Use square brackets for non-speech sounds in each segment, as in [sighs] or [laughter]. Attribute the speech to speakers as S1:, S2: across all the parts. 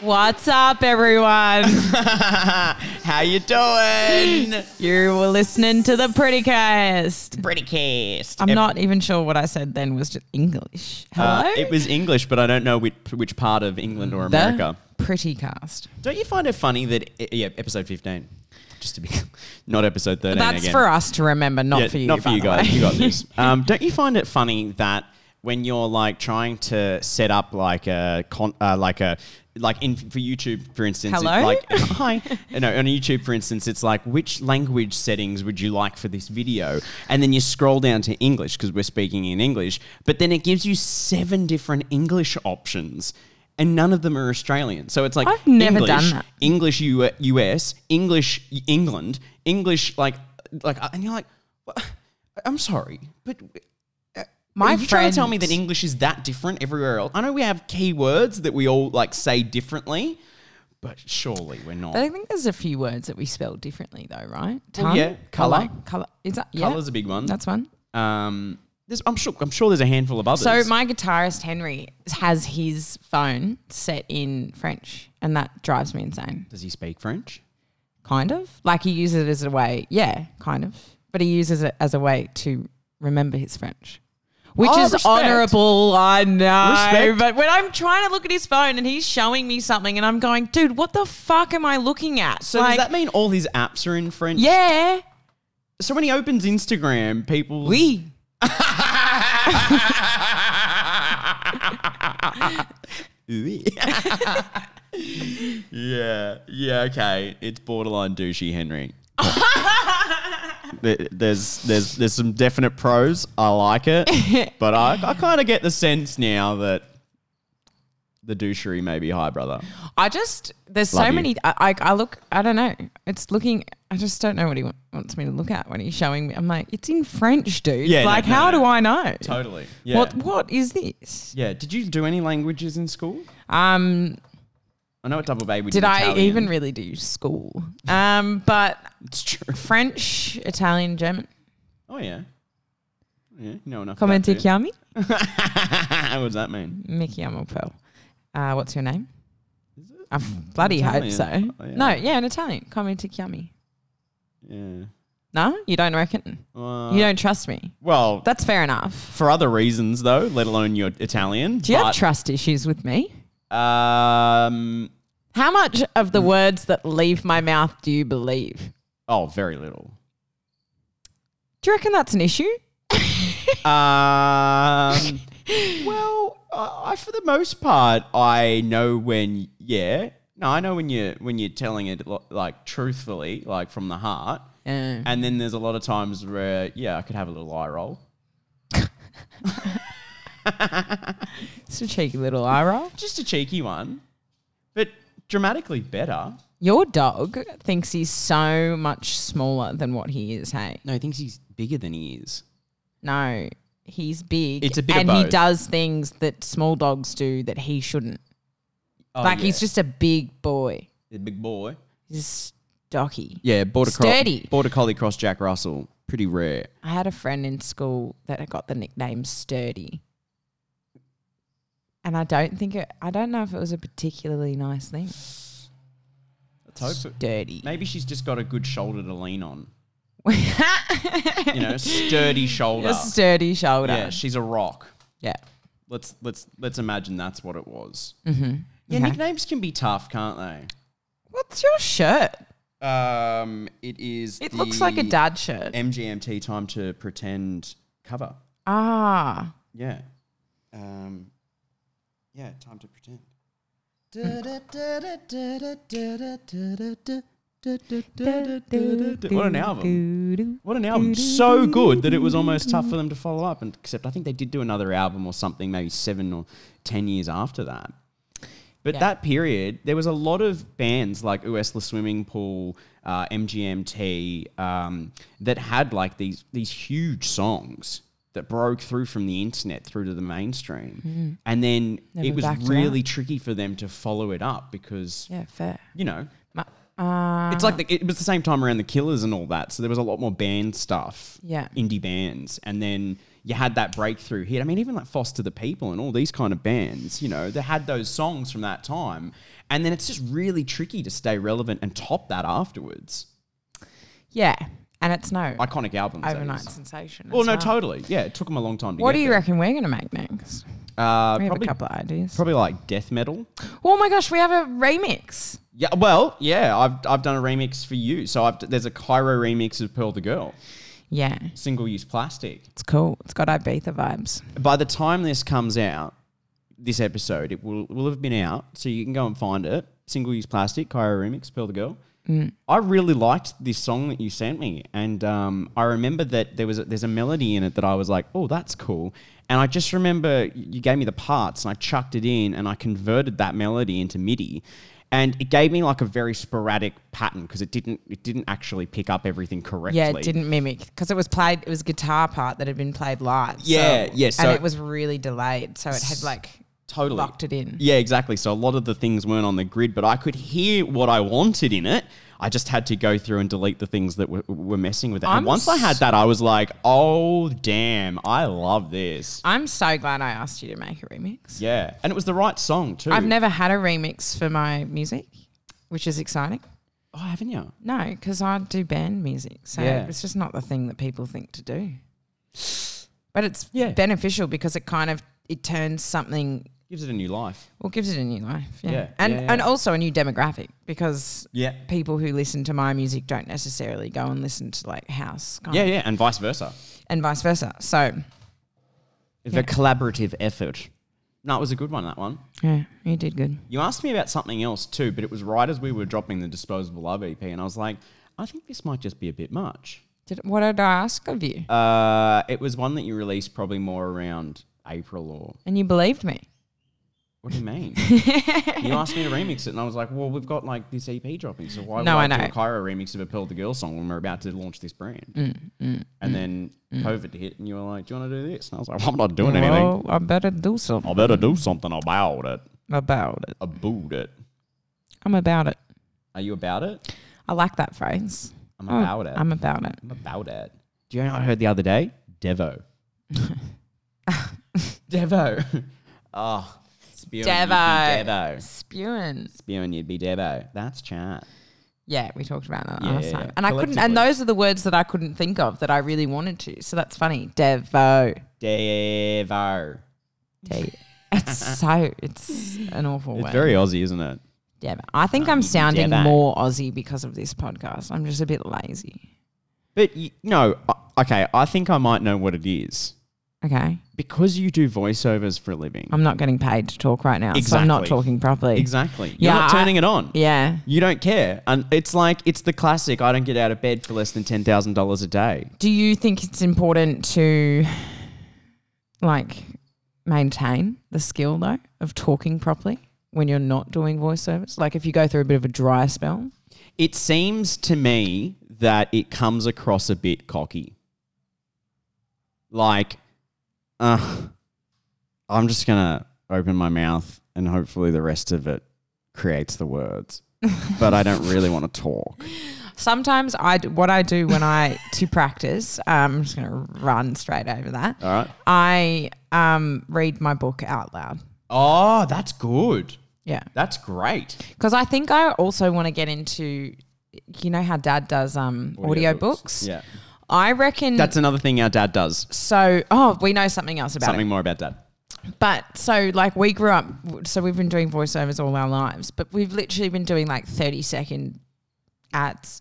S1: What's up,
S2: [laughs]
S1: everyone?
S2: How
S1: [gasps]
S2: you doing?
S1: you were listening to the Prettycast.
S2: Pretty cast.
S1: I'm
S2: Ev-
S1: not even sure what I said then was just English. Hello?
S2: Uh, it was English, but I don't know which, which part of England or
S1: The
S2: America.
S1: Prettycast.
S2: Don't you find it funny that i- yeah, episode 15, just to be [laughs] not episode 13
S1: That's
S2: again.
S1: for us to remember, not
S2: Yeah,
S1: for you.
S2: Not for
S1: by
S2: you
S1: the way.
S2: guys. You got this. Um, don't you find it funny that when you're like trying to set up like a con- uh, like a like in for YouTube for instance,
S1: Hello? [laughs]
S2: it's like [laughs] hi. No, on YouTube for instance, it's like which language settings would you like for this video, and then you scroll down to English because we're speaking in English, but then it gives you seven different English options. And none of them are Australian, so it's like
S1: I've never
S2: English,
S1: done that.
S2: English U- US, English England, English like like and you're like "What? I'm sorry, but
S1: [laughs] My
S2: are you trying to tell
S1: friend-
S2: me that English is that different everywhere else? I know we have keywords that we all like say differently, but surely we're not.
S1: But I think there's a few words that we spell differently, though, right? Tongue,
S2: yeah,
S1: color,
S2: colour.
S1: color. Is that yeah?
S2: Color's a big one.
S1: That's one.
S2: um, there's, I'm sure I'm sure there's a handful of others.
S1: So my guitarist Henry has his phone set in French, and that drives me insane.
S2: does he speak French?
S1: Kind of like he uses it as a way, yeah, kind of, but he uses it as a way to remember his French, which
S2: Oh,
S1: is
S2: respect.
S1: honourable. I know,
S2: Respect.
S1: but when I'm trying to look at his phone and he's showing me something, and I'm going, dude, what the fuck am I looking at?
S2: So does that mean all his apps are in French?
S1: yeah,
S2: So when he opens Instagram, people
S1: we.
S2: yeah, [laughs] yeah, okay. It's borderline douchey, Henry. There- there's there's there's some definite pros. I like it, but I, I kind of get the sense now that the douchery may be high, brother.
S1: I just there's
S2: Love
S1: so
S2: you.
S1: many. I, I I look. I don't know. It's looking. I just don't know what he wa- wants me to look at when he's showing me. I'm like, it's in French, dude.
S2: Yeah, no,
S1: like,
S2: no,
S1: how
S2: no.
S1: do I know?
S2: Totally. Yeah.
S1: What What is this?
S2: Yeah. Did you do any languages in school?
S1: Um,
S2: I know at Double Bay we did.
S1: did I
S2: Italian.
S1: even really do school? Um, but
S2: It's true.
S1: French, Italian, German.
S2: Oh yeah. Yeah. You know enough.
S1: Comment ti
S2: about that,
S1: chiami?
S2: too. [laughs] what does that mean?
S1: Mi chiamo Pearl. Uh, what's your name? I bloody hope so.
S2: Italian. Oh, yeah.
S1: No, yeah, in Italian. Come ti chiami.
S2: Yeah.
S1: No, you don't reckon.
S2: Uh,
S1: you don't trust me.
S2: Well,
S1: That's fair enough.
S2: for other reasons though, let alone your Italian.
S1: Do you have
S2: but,
S1: trust issues with me?
S2: um,
S1: How much of
S2: Mm.
S1: the words that leave my mouth do you believe?
S2: oh, very little.
S1: Do you reckon that's an issue?
S2: [laughs] Um, well, I, I for the most part, I know when. Yeah, no, I know when you when you're telling it lo- like truthfully, like from the heart.
S1: Yeah.
S2: And then there's a lot of times where, yeah, I could have a little eye roll.
S1: It's a cheeky little eye roll.
S2: Just a cheeky one, but dramatically better.
S1: Your dog thinks he's so much smaller than what he is, hey?
S2: No, he thinks he's bigger than he is.
S1: No, he's big.
S2: It's a bit of
S1: And he
S2: both.
S1: does things that small dogs do that he shouldn't.
S2: Oh,
S1: like,
S2: yeah.
S1: he's just a big boy.
S2: a big boy.
S1: He's stocky.
S2: Yeah, border cro-
S1: Sturdy.
S2: border collie cross Jack Russell, pretty rare.
S1: I had a friend in school that had got the nickname Sturdy. And I don't think it, I don't know if it was a particularly nice thing.
S2: Let's hope. it-
S1: Sturdy.
S2: Maybe she's just got a good shoulder to
S1: [laughs]
S2: lean on. You know, sturdy shoulder.
S1: a sturdy shoulder.
S2: Yeah, she's a rock.
S1: Yeah.
S2: Let's let's let's imagine that's what it was. Mm-hmm. Yeah,
S1: Okay.
S2: nicknames can be tough, can't
S1: What's your shirt?
S2: they? Um, it is.
S1: It looks like a
S2: the
S1: dad shirt.
S2: MGMT time to pretend cover.
S1: Ah.
S2: Yeah. Um, yeah, time to pretend. What an album. What an album. So good that it was almost tough for them to follow up. And except I think they did do another album or something, maybe seven or ten years after that. But
S1: Yeah.
S2: that period, there was a lot of bands like Uesla Swimming Pool, uh, MGMT, um, that had like these these huge songs that broke through from the internet through to the mainstream,
S1: Hmm.
S2: and then it
S1: Never
S2: was
S1: backed it
S2: really tricky for them to follow it up because
S1: Yeah, fair.
S2: you know
S1: Ma- ah.
S2: it's like the, it was the same time around the Killers and all that, so there was a lot more band stuff,
S1: Yeah.
S2: indie bands, and then you had that breakthrough hit. I mean, even like Foster the People and all these kind of bands, you know, they had those songs from that time. And then it's just really tricky to stay relevant and top that afterwards.
S1: Yeah. And it's no
S2: Iconic albums. that
S1: overnight
S2: is.
S1: sensation.
S2: Well,
S1: as
S2: no,
S1: well.
S2: totally. Yeah, it took them a long time to
S1: What
S2: get
S1: do you
S2: there.
S1: reckon we're going to make next?
S2: Uh,
S1: We have
S2: probably,
S1: a couple of ideas.
S2: probably like death metal.
S1: Oh my gosh, we have a remix.
S2: Yeah, well, yeah, I've, I've done a remix for you. So I've, there's a Cairo remix of Pearl the Girl,
S1: Yeah,
S2: single use plastic.
S1: it's cool. It's got Ibiza vibes.
S2: By the time this comes out, this episode, it will, will have been out. So you can go and find it. Single use plastic, Cairo remix, Pearl the Girl.
S1: Mm.
S2: I really liked this song that you sent me, and um, I remember that there was a, there's a melody in it that I was like, "Oh, that's cool," and I just remember you gave me the parts, and I chucked it in, and I converted that melody into MIDI, and it gave me like a very sporadic pattern because it didn't it didn't actually pick up everything correctly.
S1: Yeah, it didn't mimic because it was played. It was a guitar part that had been played live.
S2: Yeah,
S1: so,
S2: yeah, so-
S1: and it was really delayed, so it had like
S2: totally
S1: locked it in.
S2: Yeah, exactly. So a lot of the things weren't on the grid, but I could hear what I wanted in it. I just had to go through and delete the things that were, were messing with it.
S1: I'm
S2: and once I had that, I was like, oh, damn, I love this.
S1: I'm so glad I asked you to make a remix.
S2: Yeah. And it was the right song, too.
S1: I've never had a remix for my music, which is exciting.
S2: Oh, haven't you?
S1: No, because I do band music, so
S2: Yeah.
S1: it's just not the thing that people think to do.
S2: [sighs]
S1: But it's
S2: Yeah.
S1: beneficial because it kind of it turns something
S2: Gives it a new life.
S1: well gives it a new life, yeah,
S2: Yeah,
S1: and
S2: yeah, yeah.
S1: and also a new demographic because
S2: Yeah.
S1: people who listen to my music don't necessarily go and listen to like house, kind
S2: Yeah,
S1: of,
S2: yeah. And vice versa.
S1: and vice versa. So
S2: It's a collaborative effort. No, it was a good one, that one.
S1: yeah, you did good.
S2: You asked me about something else too, but it was right as we were dropping the Disposable Love EP, and I was like, I think this might just be a bit much.
S1: Did what did I ask of you?
S2: Uh, it was one that you released probably more around April or.
S1: and you believed me.
S2: What do you mean?
S1: [laughs]
S2: you asked me to remix it, and I was like, "Well, we've got like this EP dropping, so why
S1: No,
S2: would I,
S1: I
S2: do
S1: know.
S2: a Cairo remix of a Pearl the Girl song when we're about to launch this brand?"
S1: Mm,
S2: and then COVID hit, and you were like, "Do you want to do this?" And I was like, "I'm not doing anything.
S1: Well, I better do something
S2: I better do something about it.
S1: about it.
S2: About it.
S1: I'm about it.
S2: Are you about it?
S1: I like that phrase.
S2: I'm
S1: Oh,
S2: about it.
S1: I'm
S2: I'm,
S1: about it.
S2: about it. Do you know what I heard the other day?
S1: [laughs]
S2: Devo. Devo. oh, it's beautiful.
S1: Devo.
S2: Devo.
S1: Spewing.
S2: Spearman, you'd be Devo. That's chat.
S1: Yeah, we talked about that
S2: Yeah,
S1: last
S2: yeah,
S1: time.
S2: yeah.
S1: And I couldn't and
S2: Collectively.
S1: those are the words that I couldn't think of that I really wanted to. So that's funny. Devo.
S2: Devo. [laughs]
S1: De- it's so it's an awful
S2: It's
S1: word.
S2: very Aussie, isn't it?
S1: Devo. I think I'm sounding
S2: Devo.
S1: more Aussie because of this podcast. I'm just a bit lazy.
S2: But you, no, uh, okay, I think I might know what it is.
S1: Okay.
S2: Because you do voiceovers for a living.
S1: I'm not getting paid to talk right now. So I'm not
S2: Exactly.
S1: talking properly.
S2: exactly. You're not
S1: Yeah, I-
S2: turning it on.
S1: Yeah.
S2: You don't care. And it's like, it's the classic I don't get out of bed for less than $10,000 a day.
S1: Do you think it's important to like maintain the skill though of talking properly when you're not doing voiceovers? Like if you go through a bit of a dry spell?
S2: It seems to me that it comes across a bit cocky. Like, uh, I'm just going to open my mouth and hopefully the rest of it creates
S1: [laughs]
S2: the words. but I don't really want to talk.
S1: Sometimes I d- what I do when I to practice. Um, I'm just gonna run straight over that.
S2: All right.
S1: I um read my book out loud.
S2: Oh, that's good.
S1: Yeah,
S2: That's great.
S1: because I think I also want to get into. You know how Dad does um audiobooks.
S2: Yeah.
S1: Hmm. I reckon
S2: That's another thing our dad does.
S1: so. Oh, we know something else about
S2: Something more about dad.
S1: it. But so like we grew up. So we've been doing voiceovers all our lives, but we've literally been doing like thirty second ads,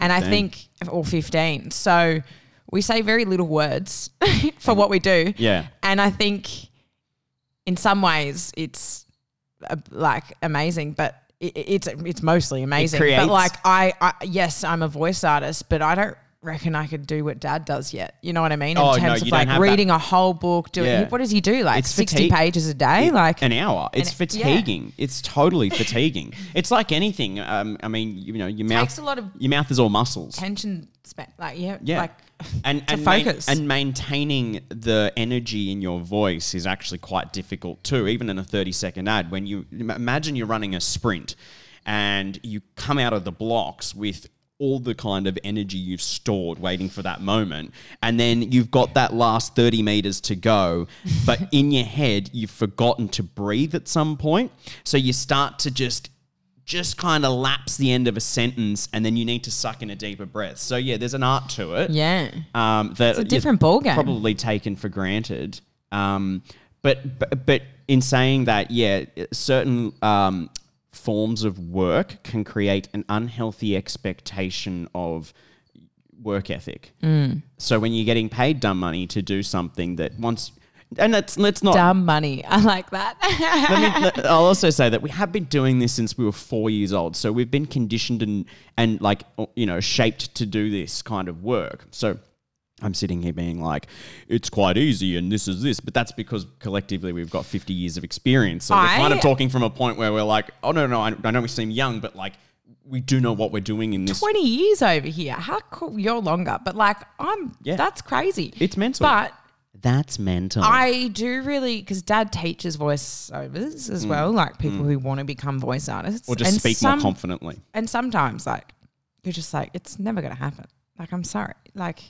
S1: and I
S2: 15.
S1: think or fifteen. So. We say very little words [laughs] for what we do.
S2: Yeah.
S1: and I think in some ways it's uh, like amazing, but it, it's it's mostly amazing.
S2: creates-
S1: But like I, I, yes, I'm a voice artist, but I don't reckon I could do what Dad does yet. You know what I mean? In
S2: Oh, no,
S1: terms
S2: you
S1: of
S2: don't
S1: like
S2: have
S1: reading a whole book, doing
S2: Yeah.
S1: what does he do? Like
S2: It's
S1: sixty
S2: fatigue-
S1: pages a day, like
S2: an hour. It's
S1: An- yeah.
S2: fatiguing. It's
S1: [laughs]
S2: totally fatiguing. it's like anything. Um, I mean, you know, your mouth
S1: takes a lot of
S2: your mouth is all muscles.
S1: attention span. Like yeah,
S2: Yeah. [laughs]
S1: like
S2: and
S1: to
S2: and, main-
S1: focus.
S2: and maintaining the energy in your voice is actually quite difficult too, even in a 30 second ad. When you im- imagine you're running a sprint and you come out of the blocks with all the kind of energy you've stored waiting for that moment. And then you've got that last 30 meters to go, but in your head, you've forgotten to breathe at some point. So you start to just just kind of lapse the end of a sentence and then you need to suck in a deeper breath. So yeah, there's an art to it
S1: Yeah.
S2: um, that
S1: It's a different ballgame.
S2: Probably taken for granted. Um, but, but but in saying that, yeah, certain um, forms of work can create an unhealthy expectation of work ethic.
S1: Mm.
S2: So when you're getting paid dumb money to do something that once, and that's let's not
S1: Dumb money. [laughs] I like that. [laughs]
S2: let me, let- I'll also say that we have been doing this since we were four years old, so we've been conditioned and and like o- you know shaped to do this kind of work. So I'm sitting here being like, it's quite easy, and this is this, but that's because collectively we've got 50 years of experience. So we're kind of
S1: I-
S2: talking from a point where we're like, oh no no, I, I know we seem young, but like we do know what we're doing in this.
S1: 20 years over here. How cool. You're longer, but like, I'm,
S2: Yeah.
S1: that's crazy.
S2: It's mental.
S1: But
S2: that's mental.
S1: I do really, because dad teaches voiceovers as well, like people who want to become voice artists.
S2: Mm. or just
S1: And
S2: speak
S1: some-
S2: more confidently.
S1: And sometimes, like, you're just like, it's never going to happen. Like, I'm sorry. Like,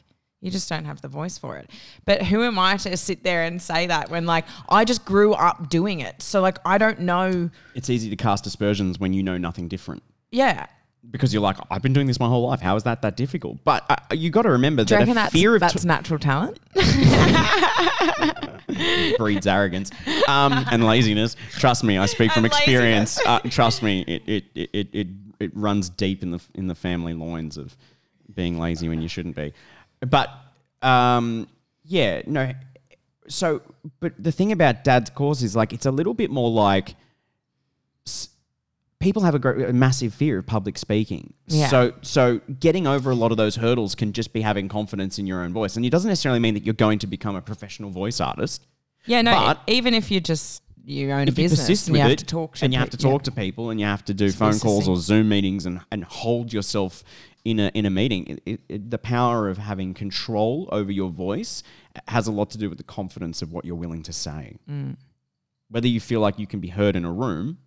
S1: you just don't have the voice for it. But who am I to sit there and say that when, like, I just grew up doing it? So, like, I don't know.
S2: It's easy to cast aspersions when you know nothing different.
S1: Yeah.
S2: because you're like, I've been doing this my whole life. How is that that difficult? But uh, you got to remember
S1: Do you
S2: that
S1: reckon
S2: a
S1: that's,
S2: fear of
S1: that's natural talent?
S2: breeds arrogance um, and laziness. Trust me, I speak from
S1: And
S2: experience. Uh, trust me, it it, it, it it it runs deep in the in the family loins of being lazy when you shouldn't be. But um, yeah, no. So, but the thing about Dad's cause is like it's a little bit more like. s- People have a, great, a massive fear of public speaking,
S1: Yeah.
S2: so so getting over a lot of those hurdles can just be having confidence in your own voice, and it doesn't necessarily mean that you're going to become a professional voice artist.
S1: Yeah, no. e-,
S2: But-
S1: even if you just you own a
S2: If you
S1: business,
S2: persist
S1: and
S2: with
S1: you have
S2: it,
S1: to talk to
S2: and you have to
S1: people, yeah.
S2: talk to people, and you have to do phone calls
S1: persisting.
S2: or Zoom meetings, and, and hold yourself in a in a meeting. It- it- it- the power of having control over your voice has a lot to do with the confidence of what you're willing to say.
S1: Mm.
S2: Whether you feel like you can be heard in a room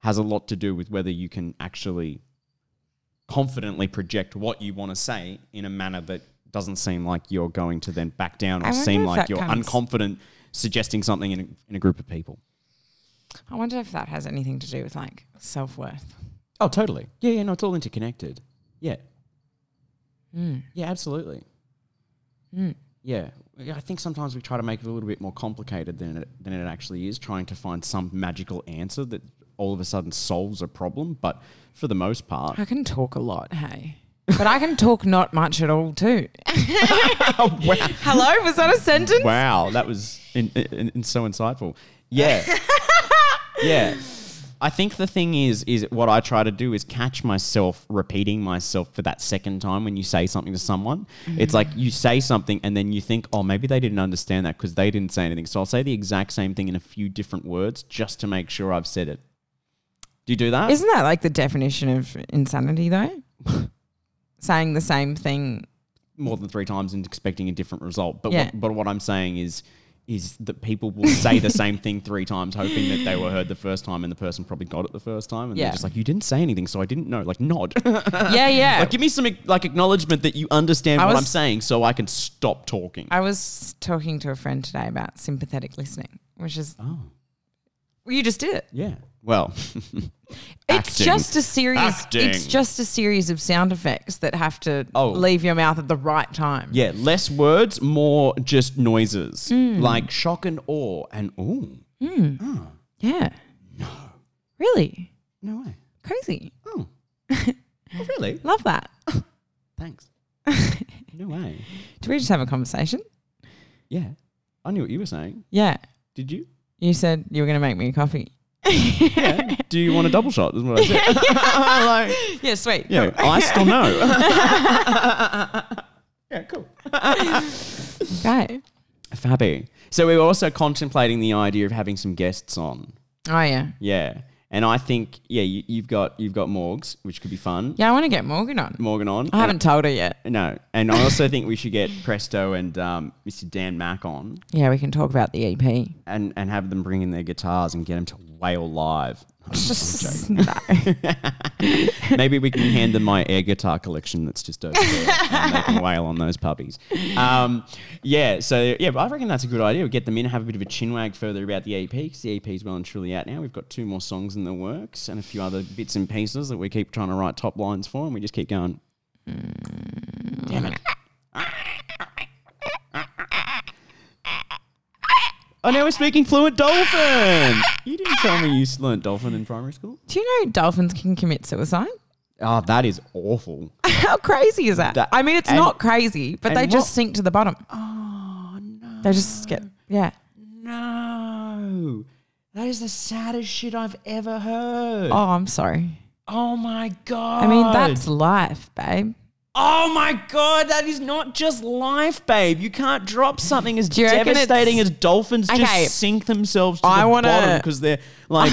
S2: has a lot to do with whether you can actually confidently project what you want to say in a manner that doesn't seem like you're going to then back down
S1: I
S2: or
S1: wonder
S2: seem
S1: if
S2: like
S1: that
S2: you're
S1: comes-
S2: unconfident suggesting something in a, in a group of people.
S1: I wonder if that has anything to do with like self worth.
S2: Oh, totally. Yeah, yeah, no, it's all interconnected. Yeah. Yeah, absolutely. Yeah. Yeah, I think sometimes we try to make it a little bit more complicated than it, than it actually is, trying to find some magical answer that all of a sudden solves a problem. But for the
S1: [laughs]
S2: most part,
S1: I can talk a lot, hey. But I can talk not much at all [laughs] too.
S2: [laughs] wow,
S1: Hello, was that a sentence?
S2: wow, that was in, in, in so insightful. Yeah. yeah. I think the thing is, is what I try to do is catch myself repeating myself for that second time when you say something to someone. It's like you say something and then you think, oh, maybe they didn't understand that because they didn't say anything. So I'll say the exact same thing in a few different words just to make sure I've said it. Do you do that?
S1: Isn't that like the definition of insanity though? [laughs] Saying the same
S2: [laughs]
S1: thing.
S2: more than three times and expecting a different result. But
S1: Yeah.
S2: what, but what I'm saying is is that people will say the same thing three times, hoping that they were heard the first time, and the person probably got it the first time, and
S1: Yeah.
S2: they're just like, "You didn't say anything, so I didn't know."
S1: [laughs]
S2: Like nod,
S1: yeah, yeah.
S2: like give me some like acknowledgement that you understand
S1: I
S2: what
S1: was-
S2: I'm saying, so I can stop talking.
S1: I was talking to a friend today about sympathetic listening, which is
S2: oh,
S1: well, you just did it.
S2: yeah. Well, [laughs]
S1: It's
S2: Acting.
S1: just a series.
S2: Acting.
S1: It's just a series of sound effects that have to
S2: Oh.
S1: leave your mouth at the right time.
S2: yeah, less words, more just noises,
S1: Hmm.
S2: like shock and awe, and ooh,
S1: Yeah. No. Really?
S2: no way.
S1: Crazy.
S2: Oh,
S1: [laughs]
S2: oh really?
S1: Love
S2: [laughs]
S1: that. [laughs]
S2: Thanks. No way.
S1: Did we just have a conversation?
S2: Yeah. I knew what you were saying.
S1: Yeah.
S2: Did you?
S1: You said you were going to make me a coffee.
S2: Yeah. Do you want a double shot? Is what I
S1: [laughs]
S2: said. [laughs] like,
S1: Yeah, sweet.
S2: yeah, I
S1: [laughs]
S2: still know. yeah, cool.
S1: Right.
S2: Fabby. So we were also contemplating the idea of having some guests on.
S1: Oh, yeah.
S2: Yeah. And I think, yeah, you, you've got you've got Morgs, which could be fun.
S1: Yeah, I want to get Morgan on.
S2: Morgan on.
S1: I haven't told her yet.
S2: And- no. And I also think we should get Presto and um, Mr. Dan Mack on
S1: Yeah, we can talk about the E EP.
S2: [laughs] and, and have them bring in their guitars and get them to wail live.
S1: no.
S2: Maybe we can hand them my air guitar collection that's just over there and they can wail on those puppies. Um, yeah, so yeah, but I reckon that's a good idea. We get them in, have a bit of a chinwag further about the EP because the EP is well and truly out now. We've got two more songs in the works and a few other bits and pieces that we keep trying to write top lines for, and we just keep going. Damn it. Oh, now we're speaking fluent dolphin. You didn't tell me you learnt dolphin in primary school.
S1: Do you know dolphins can commit suicide? [laughs]
S2: Oh, that is awful.
S1: How crazy is that?
S2: That-
S1: I mean, it's
S2: and-
S1: not crazy, but
S2: and
S1: they just
S2: what-
S1: sink to the bottom.
S2: Oh no.
S1: They just get yeah.
S2: No. That is the saddest shit I've ever heard.
S1: Oh, I'm sorry.
S2: Oh my god.
S1: I mean, that's life, babe.
S2: Oh my god, that is not just life, babe. You can't drop something as
S1: Do you reckon
S2: devastating as
S1: it's-
S2: dolphins
S1: Okay.
S2: just sink themselves to
S1: I
S2: the
S1: wanna-
S2: bottom because they're like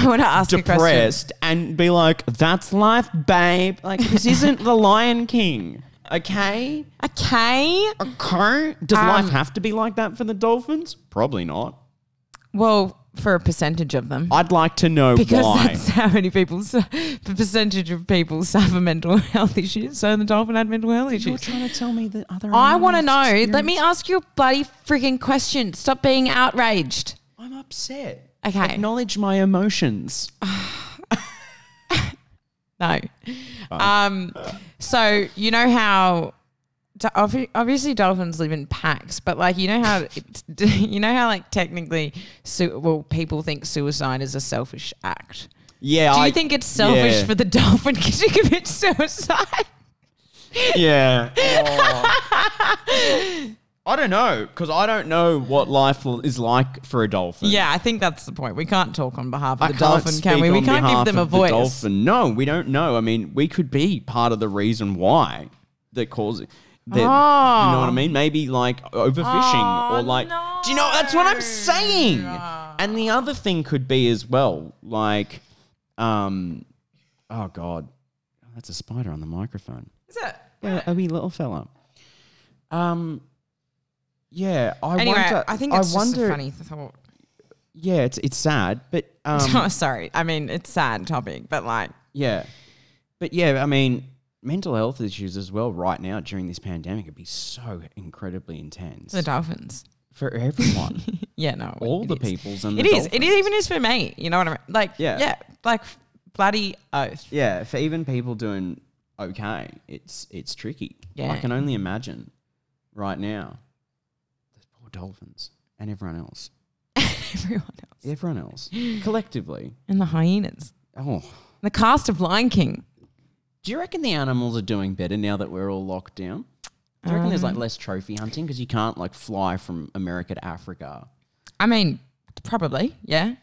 S1: [laughs] I wanna ask a question.
S2: depressed and be like, "That's life, babe." Like this isn't the Lion King, okay?
S1: Okay.
S2: Okay. Does life
S1: Um,
S2: have to be like that for the dolphins? Probably not.
S1: Well, for a percentage of them.
S2: I'd like to know
S1: because
S2: Oh, why.
S1: that's how many people, su- the percentage of people [laughs] suffer mental health issues. So the dolphin had mental health
S2: You're
S1: issues.
S2: trying to tell me that other.
S1: I want to know.
S2: animals
S1: Let me
S2: experience-
S1: ask you a bloody freaking question. Stop being outraged.
S2: I'm upset.
S1: Okay.
S2: Acknowledge my emotions.
S1: No. Um, so you know how do- obvi- obviously dolphins live in packs, but like you know how [laughs] it's, you know how like technically, su- well, people think suicide is a selfish act.
S2: Yeah.
S1: Do you
S2: I,
S1: think it's selfish
S2: yeah.
S1: for the [laughs] dolphin to commit suicide?
S2: [laughs]
S1: [laughs]
S2: Yeah. Oh. I don't know because I don't know what life l- is like for a dolphin.
S1: Yeah, I think that's the point. We can't talk on behalf of
S2: I
S1: the
S2: can't
S1: dolphin, can
S2: speak
S1: we? We
S2: on
S1: can't
S2: behalf
S1: give them a
S2: of the
S1: voice.
S2: dolphin. No, we don't know. I mean, we could be part of the reason why that causes. That, You know what I
S1: Oh.
S2: mean? Maybe like overfishing
S1: Oh,
S2: or like. Do you know? That's what I'm saying. And the other thing could be as well, like, um, oh god, that's a spider on the microphone.
S1: Is it?
S2: Yeah, a wee little fella. Um, yeah, I
S1: Anyway,
S2: wonder.
S1: I think it's
S2: I
S1: just
S2: wonder.
S1: a funny thought.
S2: Yeah, it's it's sad, but um,
S1: [laughs] oh, [laughs] sorry. I mean, it's sad topic, but like,
S2: Yeah. But yeah, I mean, mental health issues as well right now during this pandemic would be so incredibly intense
S1: the dolphins.
S2: for everyone,
S1: [laughs] Yeah, no.
S2: all
S1: it
S2: the
S1: is.
S2: people, and
S1: It
S2: the
S1: is. It
S2: dolphins.
S1: even is for me. You know what I mean? Like,
S2: Yeah.
S1: yeah, like bloody oath.
S2: Yeah, for even people doing okay, it's it's tricky. I
S1: Yeah.
S2: can only imagine right now those poor dolphins and everyone else,
S1: [laughs] Everyone else.
S2: everyone
S1: [gasps]
S2: else collectively.
S1: And the hyenas.
S2: Oh,
S1: The cast of Lion King.
S2: do you reckon the animals are doing better now that we're all locked down? Do you reckon there's like
S1: Um.
S2: less trophy hunting because you can't like fly from America to Africa?
S1: I mean, probably. Yeah.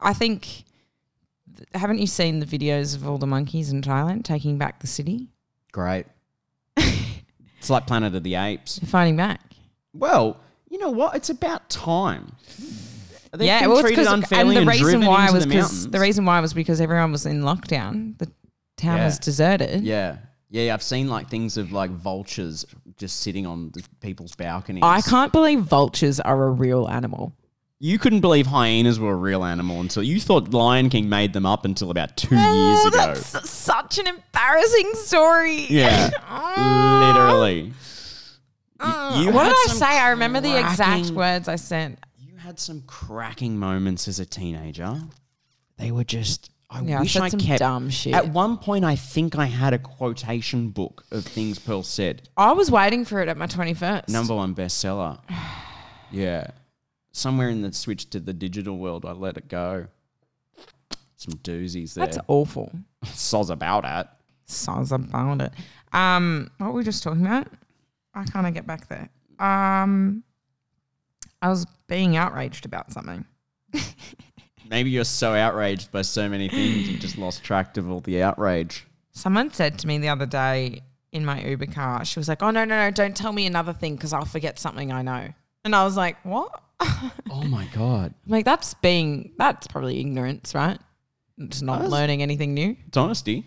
S1: I think. th- Haven't you seen the videos of all the monkeys in Thailand taking back the city? [laughs]
S2: Great. it's like Planet of the Apes.
S1: They're fighting back.
S2: Well, you know what? It's about time. They've
S1: yeah,
S2: been
S1: well, it's
S2: treated
S1: 'cause-
S2: unfairly
S1: and the reason
S2: driven
S1: why
S2: into
S1: was
S2: the
S1: because
S2: mountains.
S1: the, reason why was because everyone was in lockdown. The town
S2: Yeah.
S1: was deserted.
S2: yeah. Yeah, I've seen like things of like vultures just sitting on the people's balconies.
S1: I can't believe vultures are a real animal.
S2: You couldn't believe hyenas were a real animal until you thought Lion King made them up until about two years
S1: Oh,
S2: ago.
S1: that's s- such an embarrassing story.
S2: Yeah. Literally. Y- you
S1: Mm. what
S2: had
S1: did I
S2: some
S1: say? I remember the exact
S2: cracking-
S1: words I sent.
S2: You had some cracking moments as a teenager. They were just. I
S1: Yeah, I
S2: wish
S1: said
S2: I
S1: some
S2: kept.
S1: dumb shit.
S2: At one point, I think I had a quotation book of things Pearl said.
S1: I was waiting for it at my 21st.
S2: Number one [sighs] bestseller. Yeah. Somewhere in the switch to the digital world, I let it go. Some doozies there.
S1: That's awful.
S2: Soz about it.
S1: Sounds about it. Um, what were we just talking about? I kind of get back there. Um, I was being outraged about something.
S2: Maybe you're so outraged by so many things, you just lost track of all the outrage.
S1: Someone said to me the other day in my Uber car, she was like, "Oh no, no, no! Don't tell me another thing because I'll forget something I know." And I was like, "What?" [laughs] I'm
S2: Oh my God.
S1: like, "That's being that's probably ignorance, right? It's not
S2: That's-
S1: learning anything new.
S2: It's honesty.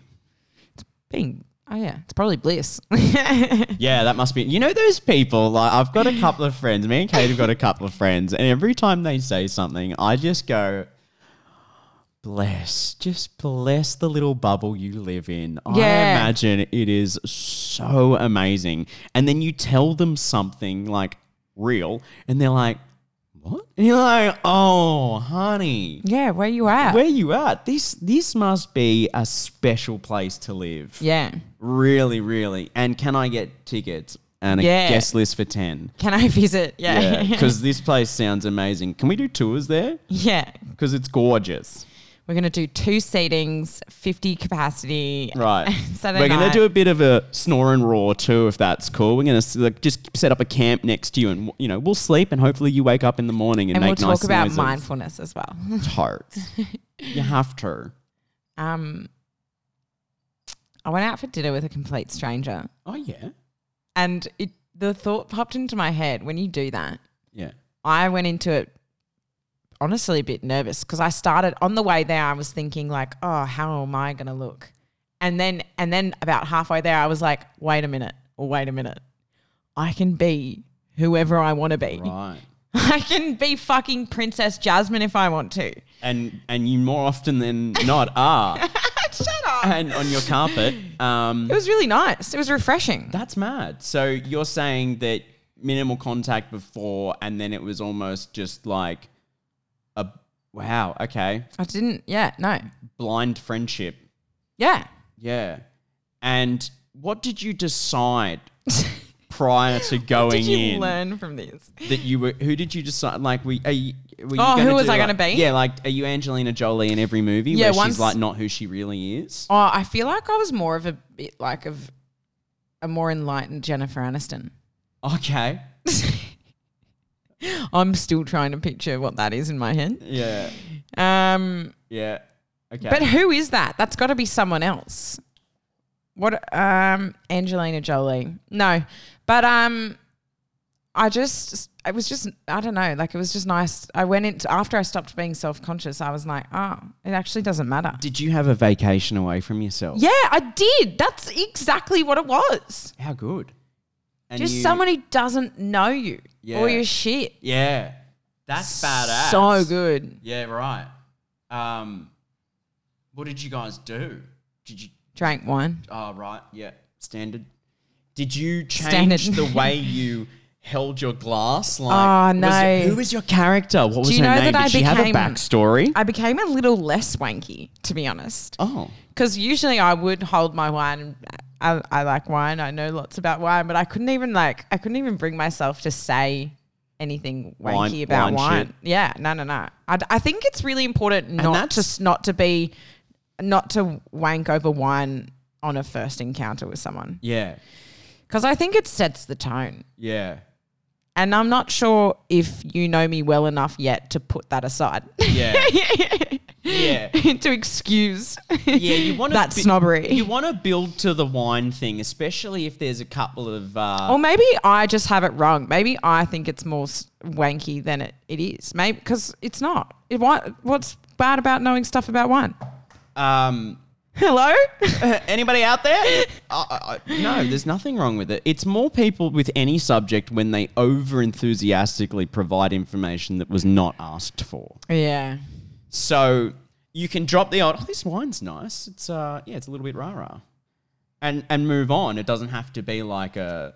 S1: Being oh yeah, it's probably bliss." [laughs]
S2: Yeah, that must be. You know those people. Like I've got a couple of friends. Me and Kate have got a couple of friends, and every time they say something, I just go, bless, just bless the little bubble you live in. I
S1: Yeah.
S2: imagine it is so amazing. And then you tell them something like real, and they're like, what? And you're like, oh, honey.
S1: Yeah, where you at?
S2: Where you at? This this must be a special place to live.
S1: yeah.
S2: Really, really. And can I get tickets and a
S1: Yeah.
S2: guest list
S1: [laughs]
S2: for ten?
S1: Can I visit? Yeah.
S2: Yeah, because this place sounds amazing. Can we do tours there?
S1: [laughs] yeah.
S2: Because it's gorgeous.
S1: We're going to do two seatings, 50 capacity. [laughs]
S2: Right.
S1: Saturday
S2: We're going
S1: night.
S2: to do a bit of a snore and roar too, if that's cool. We're going to like, just set up a camp next to you and, you know, we'll sleep and hopefully you wake up in the morning and,
S1: And we'll
S2: make nice
S1: talk about
S2: noises.
S1: mindfulness as well. [laughs]
S2: Totes. you have to.
S1: Um, I went out for dinner with a complete stranger,
S2: Oh, yeah.
S1: and it, the thought popped into my head when you do that.
S2: Yeah.
S1: I went into it honestly a bit nervous because I started on the way there. I was thinking like, oh, how am I gonna look? And then and then about halfway there, I was like, wait a minute, or wait a minute, I can be whoever I want to be.
S2: Right.
S1: [laughs] I can be fucking Princess Jasmine if I want to.
S2: And, and you more often than not are.
S1: [laughs] Shut up.
S2: and on your carpet, um,
S1: it was really nice. It was refreshing.
S2: that's mad. So you're saying that minimal contact before and then it was almost just like a, wow, okay,
S1: I didn't. Yeah. No.
S2: blind friendship.
S1: Yeah.
S2: Yeah. And what did you
S1: [laughs]
S2: decide prior to going
S1: Did you
S2: in
S1: learn from this?
S2: that you were? Who did you decide? Like, we are you? Were you
S1: Oh,
S2: gonna
S1: who was
S2: do,
S1: I
S2: like-
S1: gonna be?
S2: Yeah, like, are you Angelina Jolie in every movie?
S1: Yeah,
S2: where
S1: once-
S2: she's like not who she really is.
S1: [laughs] Oh, I feel like I was more of a bit like of a more enlightened Jennifer Aniston.
S2: Okay.
S1: [laughs] I'm still trying to picture what that is in my head.
S2: Yeah.
S1: Um,
S2: Yeah. Okay.
S1: but who is that? That's got to be someone else. What? Um, Angelina Jolie? No, but um, I just it was just I don't know. Like it was just nice. I went into after I stopped being self conscious. I was like, oh, it actually doesn't matter.
S2: did you have a vacation away from yourself?
S1: Yeah, I did. That's exactly what it was.
S2: How good. And
S1: Just
S2: you-
S1: someone who doesn't know you
S2: Yeah.
S1: or your shit.
S2: Yeah. That's badass.
S1: So good.
S2: Yeah. Right. Um. What did you guys do? Did you
S1: Drank wine.
S2: Oh, right. Yeah. Standard. Did you
S1: Standard.
S2: change the
S1: [laughs]
S2: way you held your glass? Like,
S1: Oh,
S2: was it-
S1: no.
S2: who was your character? What was
S1: you
S2: her
S1: know
S2: name?
S1: that I
S2: Did she have a
S1: became-
S2: backstory?
S1: I became a little less wanky, to be honest.
S2: oh.
S1: Because usually I would hold my wine. and I, I like wine. I know lots about wine, but I couldn't even like I couldn't even bring myself to say anything wanky
S2: Wine-
S1: about
S2: wine
S1: wine.
S2: shit.
S1: Yeah, no, no, no. I, d- I think it's really important not to
S2: that's-
S1: s- not to be not to wank over wine on a first encounter with someone
S2: Yeah.
S1: because I think it sets the tone.
S2: Yeah.
S1: And I'm not sure if you know me well enough yet to put that aside. [laughs]
S2: Yeah. yeah.
S1: to excuse
S2: Yeah, you want
S1: that snobbery.
S2: You want to build to the wine thing, especially if there's a couple of. Uh,
S1: or maybe I just have it wrong. Maybe I think it's more s- wanky than it, it is. Maybe because it's not. It, what, what's bad about knowing stuff about wine? Oh.
S2: Um,
S1: [laughs]
S2: [laughs]
S1: Hello?
S2: Anybody out there? I, I, Uh, no, there's nothing wrong with it. It's more people with any subject when they over enthusiastically provide information that was not asked for.
S1: yeah.
S2: So you can drop the old, oh, this wine's nice. It's uh, yeah, it's a little bit rah rah, and and move on. It doesn't have to be like a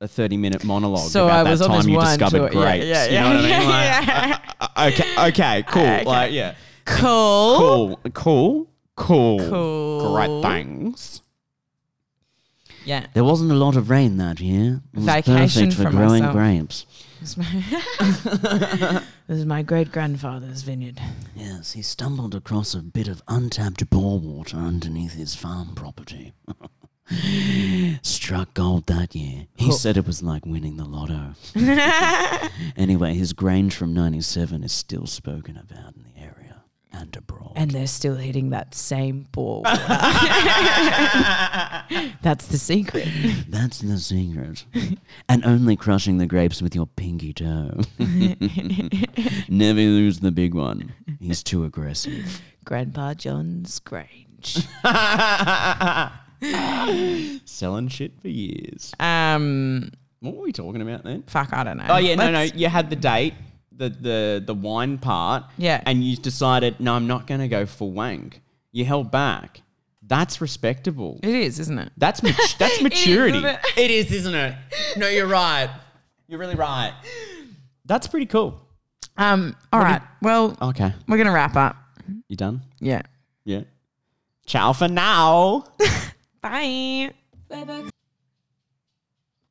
S2: a thirty minute monologue
S1: So
S2: Oh, about
S1: I was
S2: that
S1: on this
S2: time you
S1: wine tour.
S2: discovered
S1: Yeah,
S2: grapes.
S1: yeah,
S2: You know what I mean?
S1: [laughs] yeah,
S2: Like, [laughs] uh, uh, okay, okay, cool.
S1: [laughs] Okay.
S2: Like yeah,
S1: Cool.
S2: cool, cool, cool,
S1: Cool.
S2: Great things.
S1: Yeah.
S2: There wasn't a lot of rain that year. It was
S1: Vacation
S2: perfect for
S1: for
S2: growing
S1: myself.
S2: grapes.
S1: This is my, [laughs] great grandfather's vineyard.
S3: Yes, he stumbled across a bit of untapped bore water underneath his farm property. [laughs] Struck gold that year. He said it was like winning the
S1: [laughs]
S3: lotto. anyway, his grange from 97 is still spoken about in the area and abroad.
S1: And they're still hitting that same ball. [laughs] That's the secret.
S3: That's the secret. [laughs] and only crushing the grapes with your pinky
S1: [laughs]
S3: toe. [laughs] Never lose the big one. He's too aggressive.
S1: Grandpa John's Grange. [laughs]
S2: Selling shit for years.
S1: Um,
S2: What were we talking about then?
S1: fuck, I don't know.
S2: Oh yeah, no, no.
S1: Let's-
S2: You had the date. the the the wine part,
S1: Yeah.
S2: and you decided, no, I'm not going to go full wank. You held back. That's respectable.
S1: It is, isn't it? [laughs]
S2: That's mat- that's maturity.
S1: isn't it?
S2: it is, isn't it? No, you're right. You're really right. That's pretty cool.
S1: Um. All right. Well,
S2: Okay,
S1: we're gonna wrap up.
S2: you done?
S1: Yeah.
S2: Yeah. Ciao for now.
S1: Bye.